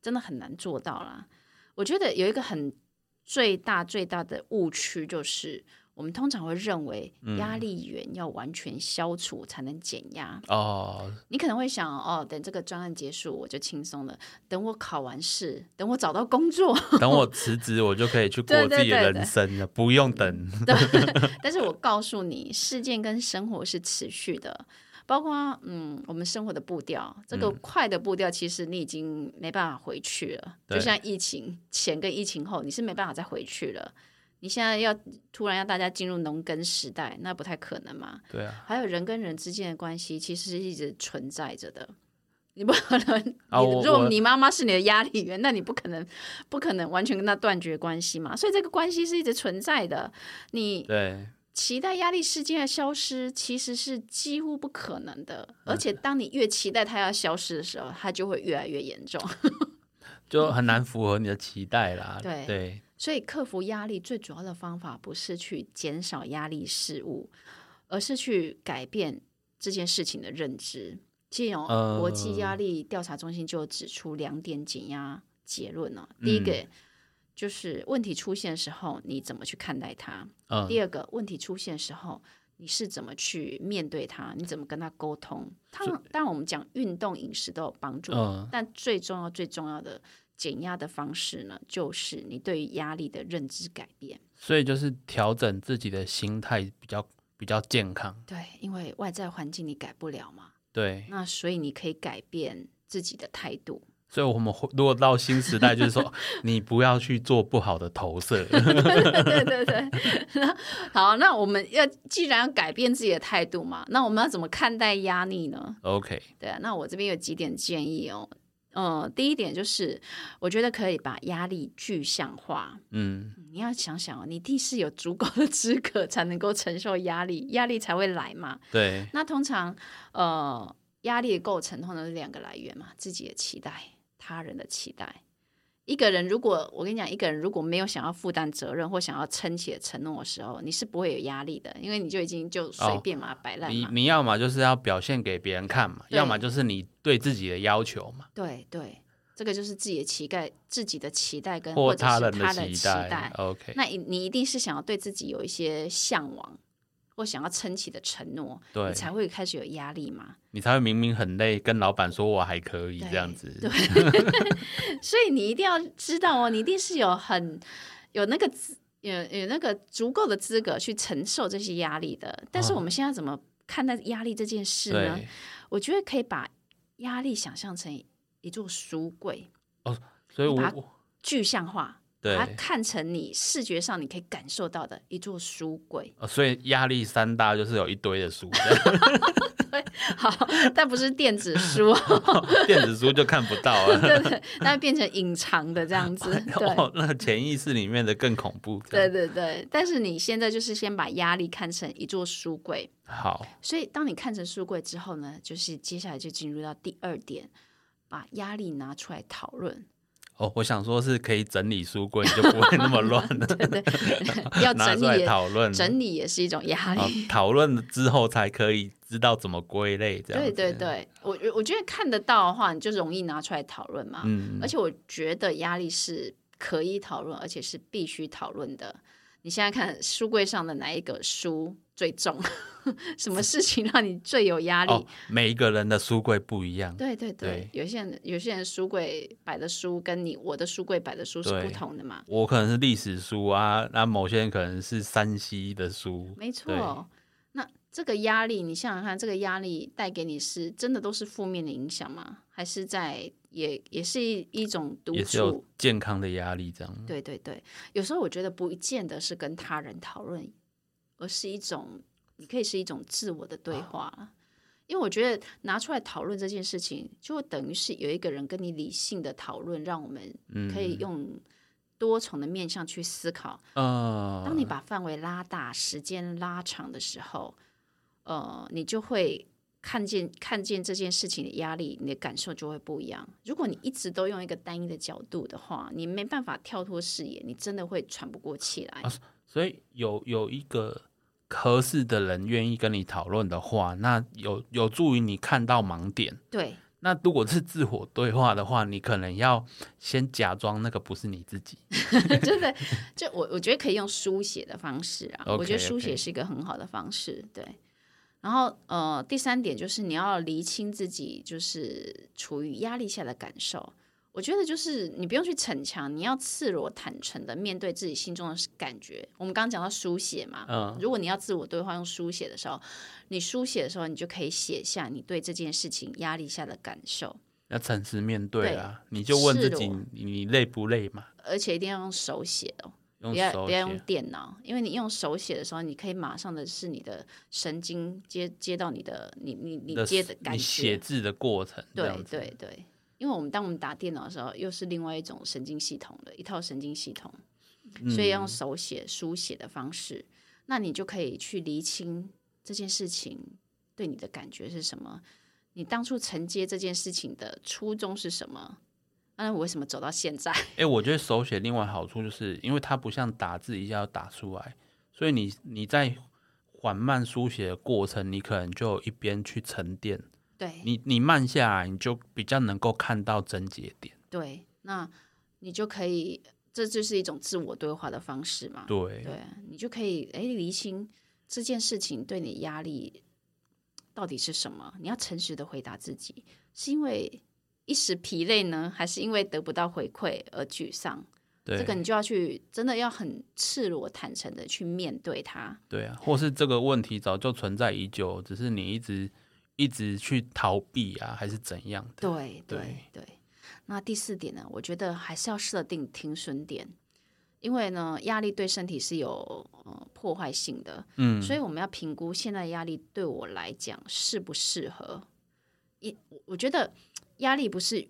Speaker 1: 真的很难做到啦。我觉得有一个很最大最大的误区就是，我们通常会认为压力源要完全消除才能减压。
Speaker 2: 哦，
Speaker 1: 你可能会想，哦，等这个专案结束我就轻松了，等我考完试，等我找到工作，
Speaker 2: 等我辞职，我就可以去过
Speaker 1: 对对
Speaker 2: 自己的
Speaker 1: 对
Speaker 2: 人
Speaker 1: 对
Speaker 2: 生了，不用等。
Speaker 1: 但是我告诉你，事件跟生活是持续的，包括嗯，我们生活的步调，这
Speaker 2: 嗯
Speaker 1: 个快的步调，其实你已经没办法回去了。
Speaker 2: 对
Speaker 1: 就像疫情前跟疫情后，你是没办法再回去了。你现在要突然要大家进入农耕时代，那不太可能嘛。
Speaker 2: 对啊，
Speaker 1: 还有人跟人之间的关系，其实是一直存在着的。你不可能，
Speaker 2: 啊
Speaker 1: 你
Speaker 2: 我
Speaker 1: 如果
Speaker 2: 我
Speaker 1: 你妈妈是你的压力源，那你不可能，不可能完全跟她断绝关系嘛。所以这个关系是一直存在的。你
Speaker 2: 对，
Speaker 1: 期待压力事件的消失，其实是几乎不可能的。而且，当你越期待它要消失的时候，它就会越来越严重。
Speaker 2: 就很难符合你的期待啦。
Speaker 1: 对
Speaker 2: 对，
Speaker 1: 所以，克服压力最主要的方法不是去减少压力事物，而是去改变这件事情的认知。其实，
Speaker 2: 呃
Speaker 1: 国际压力调查中心就指出两点减压结论呢、第一个、就是问题出现的时候，你怎么去看待它？
Speaker 2: 嗯，
Speaker 1: 第二个问题出现的时候，你是怎么去面对它？你怎么跟他沟通？它当然，我们讲运动、饮食都有帮助，
Speaker 2: 嗯
Speaker 1: 但最重要、最重要的减压的方式呢，就是你对于压力的认知改变。
Speaker 2: 所以就是调整自己的心态比较比较健康。
Speaker 1: 对，因为外在环境你改不了嘛，
Speaker 2: 对，
Speaker 1: 那所以你可以改变自己的态度。
Speaker 2: 所以我们会如果到新时代，就是说你不要去做不好的投射。
Speaker 1: 对对对，好，那我们要既然要改变自己的态度嘛，那我们要怎么看待压力呢？
Speaker 2: OK，
Speaker 1: 对啊，那我这边有几点建议哦。呃，第一点就是，我觉得可以把压力具象化。
Speaker 2: 嗯，
Speaker 1: 嗯你要想想哦，你一定是有足够的资格才能够承受压力，压力才会来嘛。
Speaker 2: 对，
Speaker 1: 那通常，呃，压力的构成通常是两个来源嘛，自己的期待，他人的期待。一个人如果我跟你讲，一个人如果没有想要负担责任或想要撑起的承诺的时候，你是不会有压力的，因为你就已经就随
Speaker 2: 哦
Speaker 1: 便嘛、摆烂
Speaker 2: 你
Speaker 1: 嘛。
Speaker 2: 你要么就是要表现给别人看嘛，
Speaker 1: 对
Speaker 2: 要么就是你对自己的要求嘛。
Speaker 1: 对对，这个就是自己的期待，自己的期待跟
Speaker 2: 或
Speaker 1: 或者是
Speaker 2: 他人
Speaker 1: 他
Speaker 2: 的
Speaker 1: 的期
Speaker 2: 待。
Speaker 1: 待。
Speaker 2: OK，
Speaker 1: 那你你一定是想要对自己有一些向往，或想要撑起的承诺，
Speaker 2: 对
Speaker 1: 你，才会开始有压力嘛。
Speaker 2: 你才会明明很累，跟老板说我还可以这样子。
Speaker 1: 对， 所以你一定要知道哦，你一定是有很有那个资有有那个足够的资格去承受这些压力的。但是
Speaker 2: 哦
Speaker 1: 我们现在怎么看待压力这件事呢？
Speaker 2: 对
Speaker 1: 我觉得可以把压力想象成一座书柜，
Speaker 2: 所以
Speaker 1: 你
Speaker 2: 我
Speaker 1: 把它
Speaker 2: 我
Speaker 1: 具象化。
Speaker 2: 对
Speaker 1: 把它看成你视觉上你可以感受到的一座书柜。
Speaker 2: 哦所以压力山大就是有一堆的书，
Speaker 1: 好，但不是电子书 哦，
Speaker 2: 电子书就看不到了。
Speaker 1: 对对，那变成隐藏的这样子。对
Speaker 2: 哦，那个潜意识里面的更恐怖。这
Speaker 1: 对
Speaker 2: 样，
Speaker 1: 对对，但是你现在就是先把压力看成一座书柜，
Speaker 2: 好，
Speaker 1: 所以当你看成书柜之后呢，就是接下来就进入到第二点，把压力拿出来讨 论。
Speaker 2: 哦，我想说是可以整理书柜，就不会那么乱了。
Speaker 1: 对对，要
Speaker 2: 拿
Speaker 1: 整
Speaker 2: 出
Speaker 1: 理
Speaker 2: 来
Speaker 1: 也
Speaker 2: 讨论，
Speaker 1: 整理也是一种压力。
Speaker 2: 哦讨论之后才可以知道怎么归类。这样
Speaker 1: 对
Speaker 2: 子
Speaker 1: 对，对，我我我觉得看得到的话，你就容易拿出来讨论嘛。
Speaker 2: 嗯
Speaker 1: 而且我觉得压力是可以讨论，而且是必须讨论的。你现在看书柜上的哪一个书最重？ 什么事情让你最有压力？
Speaker 2: 哦，每一个人的书柜不一样。
Speaker 1: 对对对，有些人有些人书柜摆的书跟你我的书柜摆的书是
Speaker 2: 对
Speaker 1: 不同的嘛，
Speaker 2: 我可能是历史书啊，那某些人可能是山西的书，
Speaker 1: 没错。那这个压力，你想想看，这个压力带给你是真的都是负面的影响吗？还是在也也是一一种独
Speaker 2: 也是有
Speaker 1: 处。
Speaker 2: 健康的压力这样。
Speaker 1: 对对对，有时候我觉得不见得是跟他人讨论，而是一种你可以是一种自我的对话啦。因为我觉得拿出来讨论这件事情，就等于是有一个人跟你理性的讨论，让我们
Speaker 2: 嗯
Speaker 1: 可以用多重的面向去思考。
Speaker 2: 呃，
Speaker 1: 当你把范围拉大、时间拉长的时候，呃，你就会看见看见这件事情的压力，你的感受就会不一样。如果你一直都用一个单一的角度的话，你没办法跳脱视野，你真的会喘不过气来。
Speaker 2: 所以有有一个合适的人愿意跟你讨论的话，那有有助于你看到盲点。
Speaker 1: 对
Speaker 2: 那如果是自我对话的话，你可能要先假装那个不是你自己。
Speaker 1: 真的，就我我觉得可以用书写的方式啊
Speaker 2: OK，
Speaker 1: 我觉得书写
Speaker 2: OK
Speaker 1: 是一个很好的方式。对，然后呃，第三点就是你要厘清自己就是处于压力下的感受。我觉得就是你不用去逞强，你要赤裸坦诚的面对自己心中的感觉。我们刚刚讲到书写嘛，
Speaker 2: 嗯
Speaker 1: 如果你要自我对话用书写的时候，你书写的时候，你就可以写下你对这件事情压力下的感受，
Speaker 2: 要诚实面对
Speaker 1: 对
Speaker 2: 啊，你就问自己
Speaker 1: 赤裸
Speaker 2: 你你累不累嘛？
Speaker 1: 而且一定要用手写哦。
Speaker 2: 用
Speaker 1: 不要
Speaker 2: 手
Speaker 1: 不要用
Speaker 2: 写，
Speaker 1: 电脑，因为你用手写的时候，你可以马上的是你的神经接接到你的你你
Speaker 2: 你
Speaker 1: 你接的感
Speaker 2: 你写
Speaker 1: 觉，
Speaker 2: 字的过程，这
Speaker 1: 对
Speaker 2: 样子
Speaker 1: 对对。因为我们当我们打电脑的时候，又是另外一种神经系统的一套神经系统，所以
Speaker 2: 嗯
Speaker 1: 要用手写、书写的方式，那你就可以去厘清这件事情对你的感觉是什么，你当初承接这件事情的初衷是什么，那我为什么走到现在？
Speaker 2: 哎、我觉得手写另外好处就是，因为它不像打字一下要打出来，所以你你在缓慢书写的过程，你可能就一边去沉淀，
Speaker 1: 对，
Speaker 2: 你你慢下来，你就比较能够看到症结点。
Speaker 1: 对，那你就可以，这就是一种自我对话的方式嘛。
Speaker 2: 对，
Speaker 1: 对，你就可以哎厘清这件事情对你压力到底是什么。你要诚实的回答自己，是因为一时疲累呢，还是因为得不到回馈而沮丧？
Speaker 2: 对，
Speaker 1: 这个你就要去真的要很赤裸坦诚的去面对它。
Speaker 2: 对啊，或是这个问题早就存在已久，只是你一直一直去逃避啊，还是怎样的？
Speaker 1: 对对对。那第四点呢，我觉得还是要设定停损点，因为呢，压力对身体是有呃破坏性的，嗯，所以我们要评估现在压力对我来讲适不适合。一，我我觉得压力不是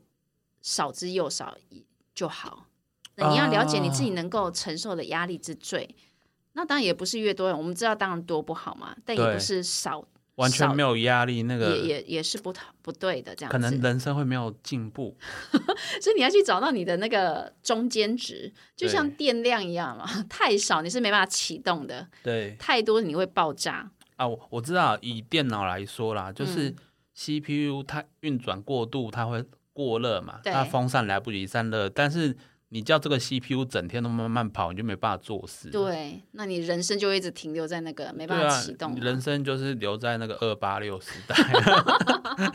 Speaker 1: 少之又少一就好，那你要了解你自己
Speaker 2: 啊
Speaker 1: 能够承受的压力之最。那当然也不是越多，我们知道当然多不好嘛，但也
Speaker 2: 对
Speaker 1: 不是少，
Speaker 2: 完全
Speaker 1: 少
Speaker 2: 没有压力，那
Speaker 1: 也
Speaker 2: 个
Speaker 1: 也也是不好不对的这样子。
Speaker 2: 可能人生会没有进步。
Speaker 1: 所以你要去找到你的那个中间值，就像
Speaker 2: 对
Speaker 1: 电量一样嘛， 太少你是没办法启动的，
Speaker 2: 对
Speaker 1: 太多你会爆炸。
Speaker 2: 啊，我我知道，以电脑来说啦，
Speaker 1: 嗯
Speaker 2: 就是 CPU 它运转过度，它会过热嘛，
Speaker 1: 对
Speaker 2: 它风扇来不及散热，但是你叫这个 CPU 整天都慢慢跑，你就没办法做事。
Speaker 1: 对，那你人生就会一直停留在那个没
Speaker 2: 对
Speaker 1: 办
Speaker 2: 啊
Speaker 1: 法启动、，
Speaker 2: 人生就是留在那个二八六时代，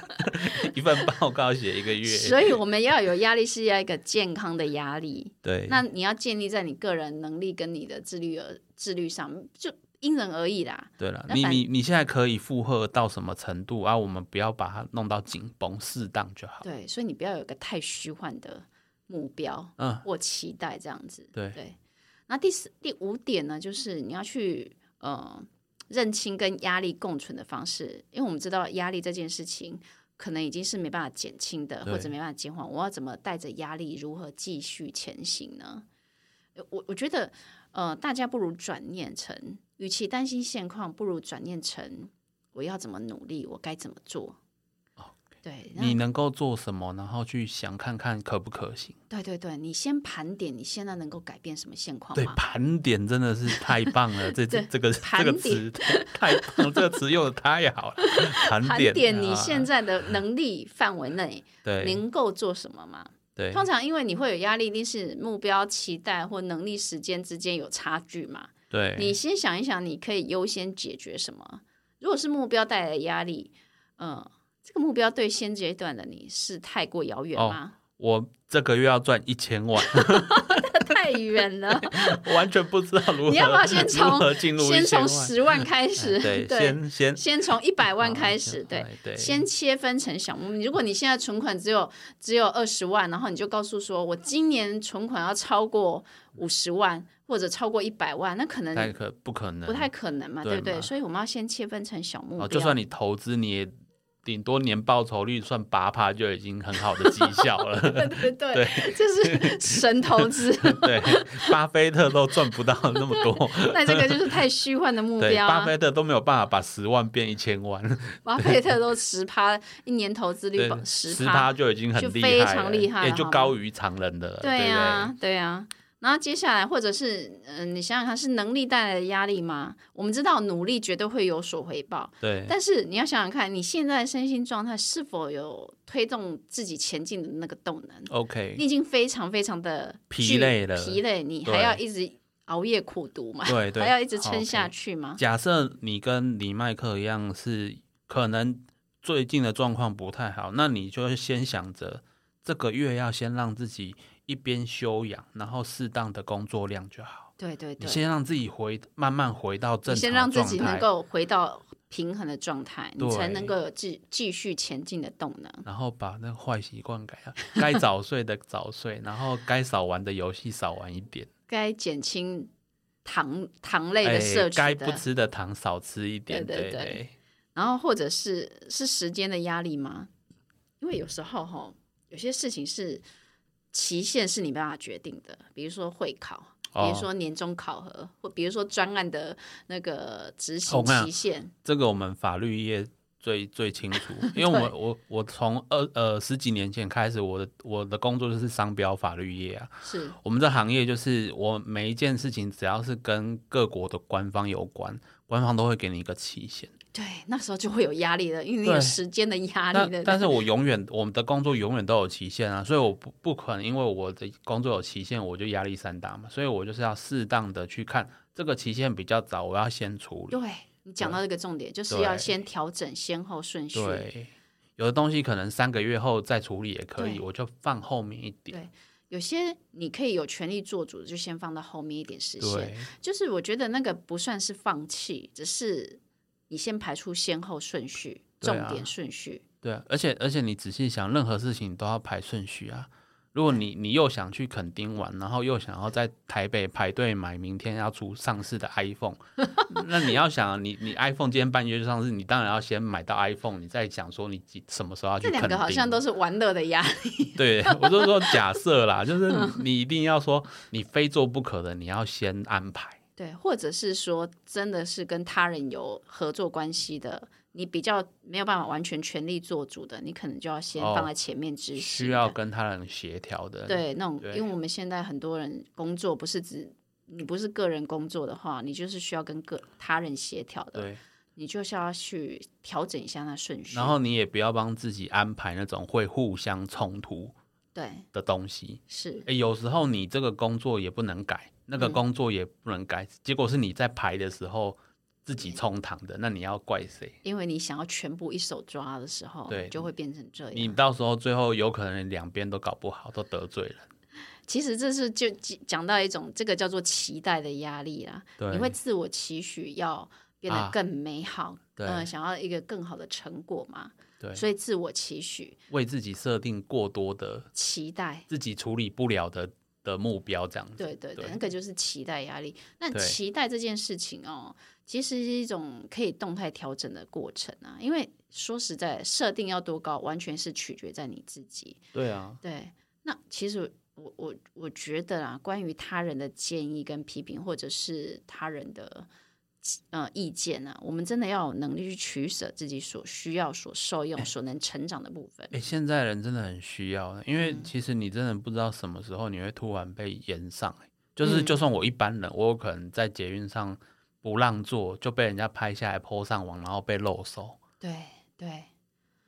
Speaker 2: 一份报告写一个 月。
Speaker 1: 所以我们要有压力是要一个健康的压力。
Speaker 2: 对，
Speaker 1: 那你要建立在你个人能力跟你的自律而自律上，就因人而异啦。
Speaker 2: 对了，
Speaker 1: 那
Speaker 2: 你
Speaker 1: 反
Speaker 2: 你你现在可以负荷到什么程度啊？我们不要把它弄到紧绷，适当就好。
Speaker 1: 对，所以你不要有一个太虚幻的目标
Speaker 2: 嗯，
Speaker 1: 或期待这样子。
Speaker 2: 对
Speaker 1: 对，那第四第五点呢，就是你要去呃认清跟压力共存的方式，因为我们知道压力这件事情可能已经是没办法减轻的，
Speaker 2: 对
Speaker 1: 或者没办法减缓。我要怎么带着压力如何继续前行呢？呃我我觉得呃，大家不如转念成，与其担心现况，不如转念成我要怎么努力，我该怎么做。对，那
Speaker 2: 你能够做什么，然后去想看看可不可行。
Speaker 1: 对对对，你先盘点你现在能够改变什么现况
Speaker 2: 对，
Speaker 1: 嘛？
Speaker 2: 盘点真的是太棒 了，这这
Speaker 1: 对
Speaker 2: 这个这
Speaker 1: 盘
Speaker 2: 个
Speaker 1: 点
Speaker 2: 词太棒，了，这个词用的太 好了。盘
Speaker 1: 盘
Speaker 2: 点，
Speaker 1: 点你现
Speaker 2: 在
Speaker 1: 在的能力范围内
Speaker 2: 对
Speaker 1: 能够做什么嘛？
Speaker 2: 对
Speaker 1: 通常因为你会有压力，一定是目标、期待或能力、时间之间有差距嘛。
Speaker 2: 对
Speaker 1: 你先想一想，你可以优先解决什么？如果是目标带来的压力，嗯、这个目标对现阶段的你是太过遥远
Speaker 2: 哦
Speaker 1: 吗？
Speaker 2: 我这个月要赚一千万，
Speaker 1: 太远 了，
Speaker 2: 完全不知道如何
Speaker 1: 你要不要先从
Speaker 2: 如何进入
Speaker 1: 先从
Speaker 2: 1000
Speaker 1: 十
Speaker 2: 万哎
Speaker 1: 万开始，
Speaker 2: 对，
Speaker 1: 对，
Speaker 2: 先啊先
Speaker 1: 先从一百万开始，
Speaker 2: 对
Speaker 1: 对。
Speaker 2: 对，
Speaker 1: 先切分成小目。如果你现在存款只有只有二十万，然后你就告诉说，我今年存款要超过五十万或者超过一百万，那可能
Speaker 2: 太可不可能？
Speaker 1: 不太可能嘛，
Speaker 2: 对
Speaker 1: 对不对？
Speaker 2: 嘛
Speaker 1: 所以我们要先切分成小目标。
Speaker 2: 哦，就算你投资，你也顶多年报酬率算八趴就已经很好的绩效了。
Speaker 1: 对对对，这是神投资，
Speaker 2: 对，巴菲特都赚不到那么多，
Speaker 1: 那这个就是太虚幻的目
Speaker 2: 对，
Speaker 1: 标
Speaker 2: 巴
Speaker 1: 啊！
Speaker 2: 菲特都没有办法把十万变一千 万，
Speaker 1: 巴菲特都十趴，一年投资率
Speaker 2: 对，
Speaker 1: 十
Speaker 2: 趴就已经很
Speaker 1: 就
Speaker 2: 厉害
Speaker 1: 非
Speaker 2: 了，
Speaker 1: 常厉害
Speaker 2: 也
Speaker 1: 了
Speaker 2: 就
Speaker 1: 好吗
Speaker 2: 高于常人的了，对
Speaker 1: 对啊
Speaker 2: 不
Speaker 1: 呀，对呀。然后接下来，或者是嗯、呃你想想看，是能力带来的压力吗？我们知道努力绝对会有所回报，
Speaker 2: 对？对，
Speaker 1: 但是你要想想看，你现在的身心状态是否有推动自己前进的那个动能？
Speaker 2: OK，
Speaker 1: 你已经非常非常的
Speaker 2: 疲累了
Speaker 1: 疲累，你
Speaker 2: 对
Speaker 1: 还要一直熬夜苦读嘛？
Speaker 2: 对对，
Speaker 1: 还 要一直
Speaker 2: 好
Speaker 1: 撑下
Speaker 2: ，OK
Speaker 1: 去吗？
Speaker 2: 假设你跟李麦克一样是可能最近的状况不太好，那你就先想着这个月要先让自己一边休养，然后适当的工作量就好。
Speaker 1: 对对
Speaker 2: 你
Speaker 1: 对，
Speaker 2: 先让自己回慢慢回到正
Speaker 1: 你先
Speaker 2: 常
Speaker 1: 让
Speaker 2: 的
Speaker 1: 自
Speaker 2: 状
Speaker 1: 己能
Speaker 2: 态，
Speaker 1: 够回到平衡的状态，你才
Speaker 2: 对
Speaker 1: 能够有继继续前进的动能。
Speaker 2: 然后把那个坏习惯改掉，该早睡的早睡，然后该少玩的游戏少玩一点，
Speaker 1: 该减轻糖糖类
Speaker 2: 哎
Speaker 1: 的摄，取
Speaker 2: 该
Speaker 1: 的，
Speaker 2: 不吃的糖少吃一点，
Speaker 1: 对对对
Speaker 2: 对
Speaker 1: 然后或者是是时间的压力吗？因为有时候哈，有些事情是期限是你没办法决定的，比如说会考，比
Speaker 2: 哦
Speaker 1: 如说年终考核，或比如说专案的那个执
Speaker 2: 我
Speaker 1: 行
Speaker 2: 跟你讲
Speaker 1: 期限。
Speaker 2: 这个我们法律业最最清楚，因为我们我我从二呃十几年前开始，我的我的工作就是商标法律业啊。
Speaker 1: 是
Speaker 2: 我们这行业就是我每一件事情，只要是跟各国的官方有关，官方都会给你一个期限。
Speaker 1: 对，那时候就会有压力了，因为你
Speaker 2: 对
Speaker 1: 有时间的压力
Speaker 2: 但
Speaker 1: 的。
Speaker 2: 但是我永远我们的工作永远都有期限啊，所以我不不可能因为我的工作有期限，我就压力山大嘛。所以我就是要适当的去看这个期限比较早，我要先处理。
Speaker 1: 对你讲到这个重点，就是
Speaker 2: 对
Speaker 1: 要先调整先后顺序。
Speaker 2: 对，有的东西可能三个月后再处理也可以，
Speaker 1: 对
Speaker 2: 我就放后面一点。
Speaker 1: 对，有些你可以有权利做主，就先放到后面一点实现。
Speaker 2: 对，
Speaker 1: 就是我觉得那个不算是放弃，只是你先排出先后顺序、
Speaker 2: 对
Speaker 1: 重
Speaker 2: 啊
Speaker 1: 点顺序。
Speaker 2: 对啊，而且而且你仔细想，任何事情都要排顺序啊。如果你你又想去垦丁玩，然后又想要在台北排队买明天要出上市的 iPhone，那 你要想啊你你 iPhone 今天半夜就上市，你当然要先买到 iPhone，你再想说你几什么时候要去啊
Speaker 1: 这
Speaker 2: 垦
Speaker 1: 两
Speaker 2: 丁。
Speaker 1: 个好像都是玩乐的呀，
Speaker 2: 对，我就说假设啦，就是
Speaker 1: 嗯
Speaker 2: 你你一定要说你非做不可的，你要先安排。
Speaker 1: 对，或者是说真的是跟他人有合作关系的，你比较没有办法完全全力做主的，你可能就要先
Speaker 2: 哦
Speaker 1: 放在前面执行的。
Speaker 2: 需要跟他人协调的。
Speaker 1: 对那种，
Speaker 2: 对
Speaker 1: 因为我们现在很多人工作不是只你不是个人工作的话，你就是需要跟个他人协调的，
Speaker 2: 对
Speaker 1: 你就是要去调整一下那顺序。
Speaker 2: 然后你也不要帮自己安排那种会互相冲突
Speaker 1: 对
Speaker 2: 的东西。
Speaker 1: 是。
Speaker 2: 诶，有时候你这个工作也不能改，那个
Speaker 1: 嗯
Speaker 2: 工作也不能改，结果是你在排的时候自己冲堂的，那你要怪谁？
Speaker 1: 因为你想要全部一手抓的时候，
Speaker 2: 对啊
Speaker 1: 就会变成这
Speaker 2: 你
Speaker 1: 样。
Speaker 2: 到时候最后有可能两边都搞不好，都得罪人。
Speaker 1: 其实这是就讲讲到一种这个叫做期待的压力啦，
Speaker 2: 对，
Speaker 1: 你会自我期许要变得
Speaker 2: 啊
Speaker 1: 更美好，
Speaker 2: 对
Speaker 1: 呃，想要一个更好的成果嘛，
Speaker 2: 对
Speaker 1: 所以自我期许、
Speaker 2: 为自己设定过多的
Speaker 1: 期待，
Speaker 2: 自己处理不了的的目标，这样子。
Speaker 1: 对对对，
Speaker 2: 对
Speaker 1: 那个就是期待压力。那
Speaker 2: 对
Speaker 1: 期待这件事情哦，其实是一种可以动态调整的过程啊，因为说实在，设定要多高，完全是取决在你自己。
Speaker 2: 对啊，
Speaker 1: 对，那其实我我我觉得啦，关于他人的建议跟批评，或者是他人的呃意见啊，我们真的要有能力去取舍自己所需要、所受用、所能成长的部分。
Speaker 2: 哎，现在人真的很需要，因为其实你真的不知道什么时候你会突然被延上、欸。就是
Speaker 1: 嗯
Speaker 2: 就算我一般人，我有可能在捷运上不让座，就被人家拍下来 po 上网，然后被漏收。
Speaker 1: 对对，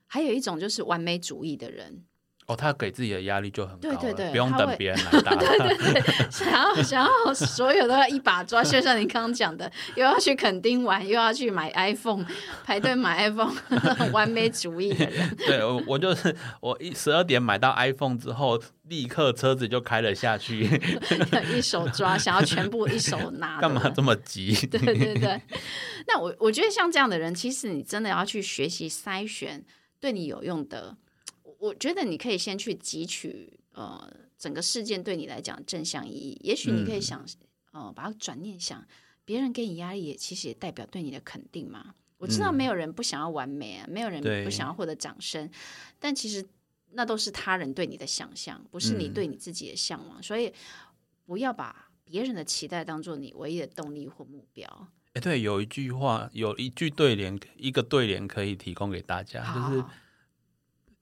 Speaker 1: 还有一种就是完美主义的人，
Speaker 2: 哦，他给自己的压力就很高
Speaker 1: 对
Speaker 2: 了，
Speaker 1: 对对
Speaker 2: 不用
Speaker 1: 他
Speaker 2: 等
Speaker 1: 会
Speaker 2: 别人 来打他。
Speaker 1: 想要想要所有都要一把抓，就像你刚刚讲的，又要去垦丁玩，又要去买 iPhone，排队买 iPhone，完 美主义的 人，
Speaker 2: 对，我我就是我一十二点买到 iPhone 之后，立刻车子就开了下去，
Speaker 1: 一手抓，想要全部一手拿的
Speaker 2: 干
Speaker 1: 人，
Speaker 2: 嘛这么急？
Speaker 1: 对对对，那我我觉得像这样的人，其实你真的要去学习筛选对你有用的。我我觉得你可以先去汲取呃整个事件对你来讲正向意义，也许你可以想、呃把它转念想，别人给你压力也其实也代表对你的肯定嘛。我知道没有人不想要完美啊，没有人
Speaker 2: 对
Speaker 1: 不想要获得掌声，但其实那都是他人对你的想象，不是你
Speaker 2: 嗯
Speaker 1: 对你自己的向往，所以不要把别人的期待当做你唯一的动力或目标。
Speaker 2: 哎，对，有一句话，有一句对联，一个对联可以提供给大家，
Speaker 1: 好
Speaker 2: 啊就是
Speaker 1: 好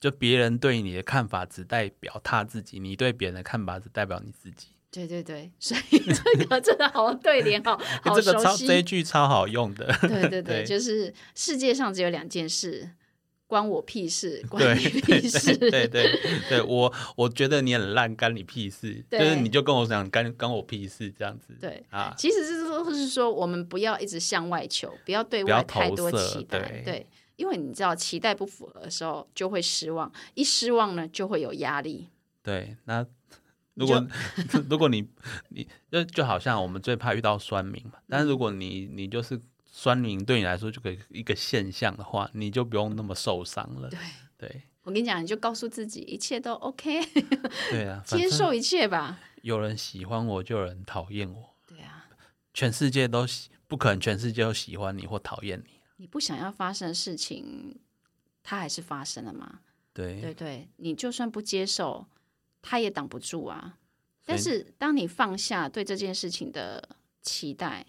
Speaker 2: 就别人对你的看法只代表他自己，你对别人的看法只代表你自己。
Speaker 1: 对对对，所以 这个真的好对联，好
Speaker 2: 哎
Speaker 1: 好
Speaker 2: 这个
Speaker 1: 熟
Speaker 2: 超
Speaker 1: 悉。
Speaker 2: 这一句超好用的，
Speaker 1: 对对对，
Speaker 2: 对
Speaker 1: 就是世界上只有两件事，关我屁事，关
Speaker 2: 对
Speaker 1: 你
Speaker 2: 对
Speaker 1: 屁事。
Speaker 2: 对对对对，我我觉得你很烂，干你屁事，就
Speaker 1: 对
Speaker 2: 是你就跟我讲干干我屁事这样子，
Speaker 1: 对
Speaker 2: 啊，
Speaker 1: 其实这都是说，我们不要一直向外求，不要对
Speaker 2: 不要
Speaker 1: 外太
Speaker 2: 投
Speaker 1: 多
Speaker 2: 射
Speaker 1: 期待，
Speaker 2: 对
Speaker 1: 因为你知道期待不符合的时候就会失望，一失望呢就会有压力。
Speaker 2: 对，那
Speaker 1: 你
Speaker 2: 如
Speaker 1: 就
Speaker 2: 果如果你你就就好像我们最怕遇到酸民嘛，但是如果你你就是酸民对你来说就可以一个现象的话，你就不用那么受伤了。
Speaker 1: 对
Speaker 2: 对
Speaker 1: 我跟你讲，你就告诉自己一切都 OK，
Speaker 2: 对啊，反
Speaker 1: 接
Speaker 2: 正
Speaker 1: 受一切吧。
Speaker 2: 有人喜欢我，就有人讨厌我，
Speaker 1: 对啊，
Speaker 2: 全世界都喜不可能全世界都喜欢你或讨厌你。
Speaker 1: 你不想要发生的事情，它还是发生了嘛？
Speaker 2: 对
Speaker 1: 对对，你就算不接受，他也挡不住啊。但
Speaker 2: 所
Speaker 1: 是当你放下对这件事情的期待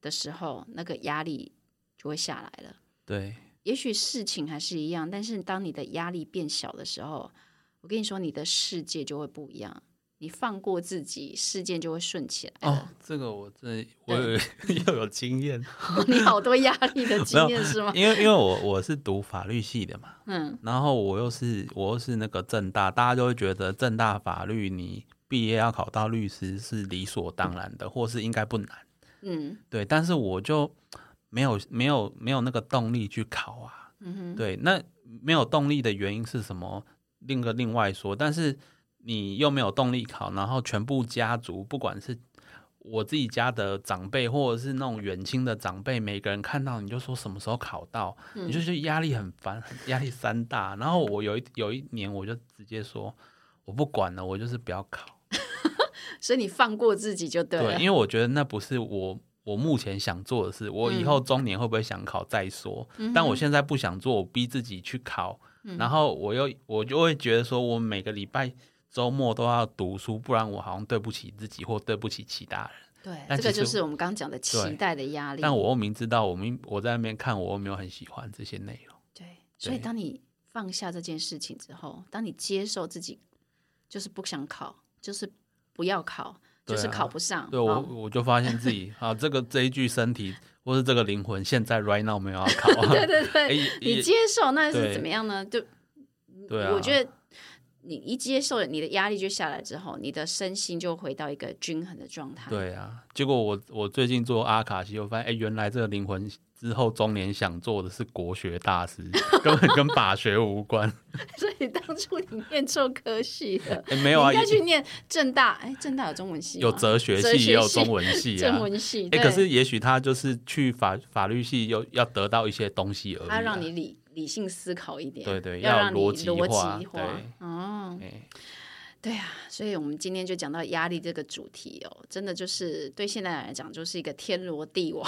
Speaker 1: 的时候，那个压力就会下来了。
Speaker 2: 对
Speaker 1: 也许事情还是一样，但是当你的压力变小的时候，我跟你说，你的世界就会不一样。你放过自己，事件就会顺起来
Speaker 2: 哦
Speaker 1: 了。，
Speaker 2: 这个我真的我有又有 经验，
Speaker 1: 你好多压力的经
Speaker 2: 没
Speaker 1: 验是吗？
Speaker 2: 因为因为我我是读法律系的嘛，
Speaker 1: 嗯，
Speaker 2: 然后我又是我又是那个正大，大家就会觉得正大法律你毕业要考到律师是理所当然的，或是应该不难。
Speaker 1: 嗯
Speaker 2: 对，但是我就没有没有没有那个动力去考啊。
Speaker 1: 嗯哼，
Speaker 2: 对，那没有动力的原因是什么？另个另外说，但是你又没有动力考，然后全部家族，不管是我自己家的长辈，或者是那种远亲的长辈，每个人看到你就说什么时候考到，你就觉得压力很烦，压力山大。然后我有一有一年，我就直接说，我不管了，我就是不要考。
Speaker 1: 所以你放过自己就对了。
Speaker 2: 对，因为我觉得那不是我我目前想做的事，我以
Speaker 1: 嗯
Speaker 2: 后中年会不会想考再说，但我现在不想做，我逼自己去考，
Speaker 1: 嗯
Speaker 2: 然后我又我就会觉得说我每个礼拜。周末都要读书，不然我好像对不起自己，或对不起其他人。
Speaker 1: 对，
Speaker 2: 但
Speaker 1: 这个
Speaker 2: 其
Speaker 1: 就
Speaker 2: 实
Speaker 1: 是我们刚刚讲的期
Speaker 2: 对
Speaker 1: 待的压力。
Speaker 2: 但我又明知道，我明我在那边看，我又没有很喜欢这些内容。
Speaker 1: 对，所以
Speaker 2: 对
Speaker 1: 当你放下这件事情之后，当你接受自己就是不想考，就是不要考，就
Speaker 2: 对
Speaker 1: 是
Speaker 2: 啊
Speaker 1: 考不上，
Speaker 2: 对我，
Speaker 1: 哦
Speaker 2: 我就发现自己啊，这个这一具身体或是这个灵魂，现在 right now 没有要考、啊。
Speaker 1: 对对对，
Speaker 2: 哎
Speaker 1: 你
Speaker 2: 也
Speaker 1: 接受那是
Speaker 2: 对
Speaker 1: 怎么样呢？就
Speaker 2: 对啊，
Speaker 1: 我觉得。你一接受了，你的压力就下来之后，你的身心就回到一个均衡的状态。
Speaker 2: 对啊，结果我我最近做阿卡西，我发现哎、诶原来这个灵魂之后中年想做的是国学大师， 根本跟法学无关。
Speaker 1: 所以当初你念错科系了，
Speaker 2: 哎、没有啊，
Speaker 1: 你应该去
Speaker 2: 也
Speaker 1: 念正大。哎，正大有中文系吗，
Speaker 2: 有哲学
Speaker 1: 哲
Speaker 2: 系，也有
Speaker 1: 系
Speaker 2: 中文系啊
Speaker 1: 中。文系。
Speaker 2: 哎、
Speaker 1: 对
Speaker 2: 可是也许他就是去法法律系，又要得到一些东西而已、啊。
Speaker 1: 它让你理理性思考一点，
Speaker 2: 对对
Speaker 1: 要
Speaker 2: 要
Speaker 1: 让你
Speaker 2: 逻
Speaker 1: 逻
Speaker 2: 辑化
Speaker 1: 辑
Speaker 2: 对
Speaker 1: 哦，
Speaker 2: 哎
Speaker 1: 对啊，所以我们今天就讲到压力这个主题哦，真的就是对现代人来讲就是一个天罗地 网。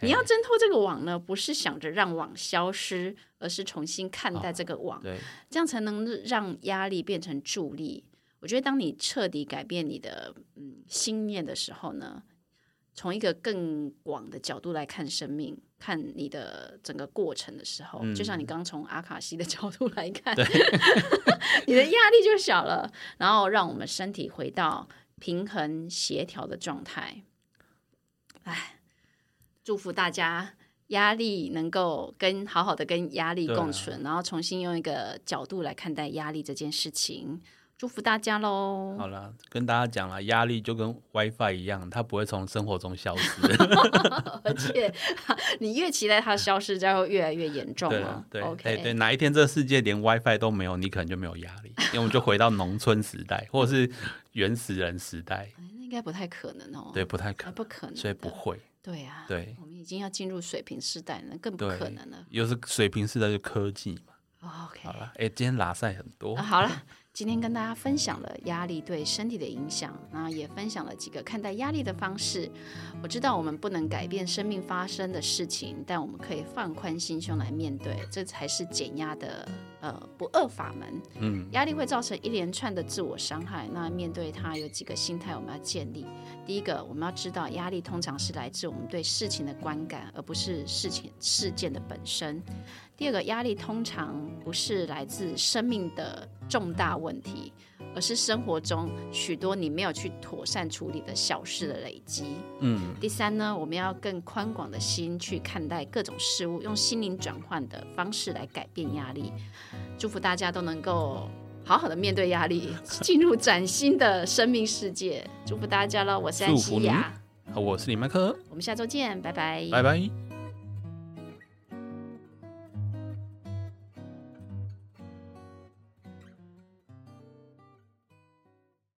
Speaker 1: 你要挣脱这个网呢，不是想着让网消失，而是重新看
Speaker 2: 哦
Speaker 1: 待这个网，
Speaker 2: 对
Speaker 1: 这样才能让压力变成助力。我觉得，当你彻底改变你的嗯心念的时候呢，从一个更广的角度来看生命，看你的整个过程的时候，就像你刚从阿卡西的 角度来看，你的压力就小了，然后让我们身体回到平衡协调的状态。哎，祝福大家压力能够跟好好的跟压力
Speaker 2: 对啊
Speaker 1: 共存，然后重新用一个角度来看待压力这件事情。祝福大家喽！
Speaker 2: 好啦，跟大家讲啦，压力就跟 WiFi 一样，它不会从生活中消失。
Speaker 1: 而且你越期待它消失，这样会越来越严重啊
Speaker 2: 对
Speaker 1: 了。
Speaker 2: 对
Speaker 1: o
Speaker 2: 对
Speaker 1: k
Speaker 2: 对，哪一天这世界连 WiFi 都没有，你可能就没有压力，因为我们就回到农村时代，或者是原始人时代，
Speaker 1: 哎那应该不太可能哦。
Speaker 2: 对，不太可
Speaker 1: 啊，
Speaker 2: 能，
Speaker 1: 不可能的，
Speaker 2: 所以不会。
Speaker 1: 对啊，
Speaker 2: 对
Speaker 1: 我们已经要进入水平时代了，更不
Speaker 2: 对
Speaker 1: 可能了。
Speaker 2: 又是水平式的科技嘛。
Speaker 1: 哦 OK，
Speaker 2: 好了，哎，今天拉塞很多
Speaker 1: 啊，，好了，今天跟大家分享了压力对身体的影响，那也分享了几个看待压力的方式。我知道我们不能改变生命发生的事情，但我们可以放宽心胸来面对，这才是减压的呃不二法门。
Speaker 2: 嗯，
Speaker 1: 压力会造成一连串的自我伤害，那面对它有几个心态我们要建立。第一个，我们要知道压力通常是来自我们对事情的观感，而不是事情事件的本身。第二个，压力通常不是来自生命的重大问题，而是生活中许多你没有去妥善处理的小事的累积。
Speaker 2: 嗯，
Speaker 1: 第三呢，我们要更宽广的心去看待各种事物，用心灵转换的方式来改变压力。祝福大家都能够好好的面对压力，进入崭新的生命世界。祝福大家喽！我是安
Speaker 2: 祝福
Speaker 1: 西
Speaker 2: 您
Speaker 1: 亚，
Speaker 2: 好我是李麦克，
Speaker 1: 我们下周见，拜拜，
Speaker 2: 拜拜。